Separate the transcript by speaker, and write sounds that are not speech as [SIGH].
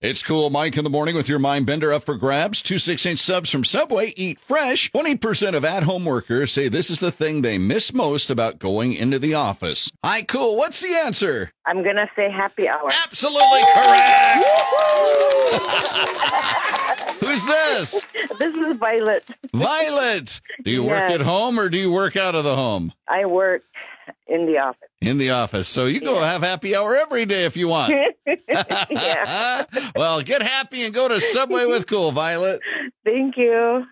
Speaker 1: It's cool, Mike, in the morning with your mind bender up for grabs. Two six inch subs from Subway. Eat fresh. Twenty percent of at home workers say this is the thing they miss most about going into the office. Hi, cool. What's the answer?
Speaker 2: I'm going to say
Speaker 1: [LAUGHS]
Speaker 2: happy hour.
Speaker 1: Absolutely correct. [LAUGHS] Who's this?
Speaker 2: This is Violet.
Speaker 1: Violet. Do you work at
Speaker 2: Yes.
Speaker 1: home or do you work out of the home?
Speaker 2: I work in
Speaker 1: [LAUGHS]
Speaker 2: the office.
Speaker 1: In the office. So you go have happy hour every day if you want.
Speaker 2: Yeah.
Speaker 1: [LAUGHS] well, get happy and go to Subway with Cool, Violet.
Speaker 2: Thank you.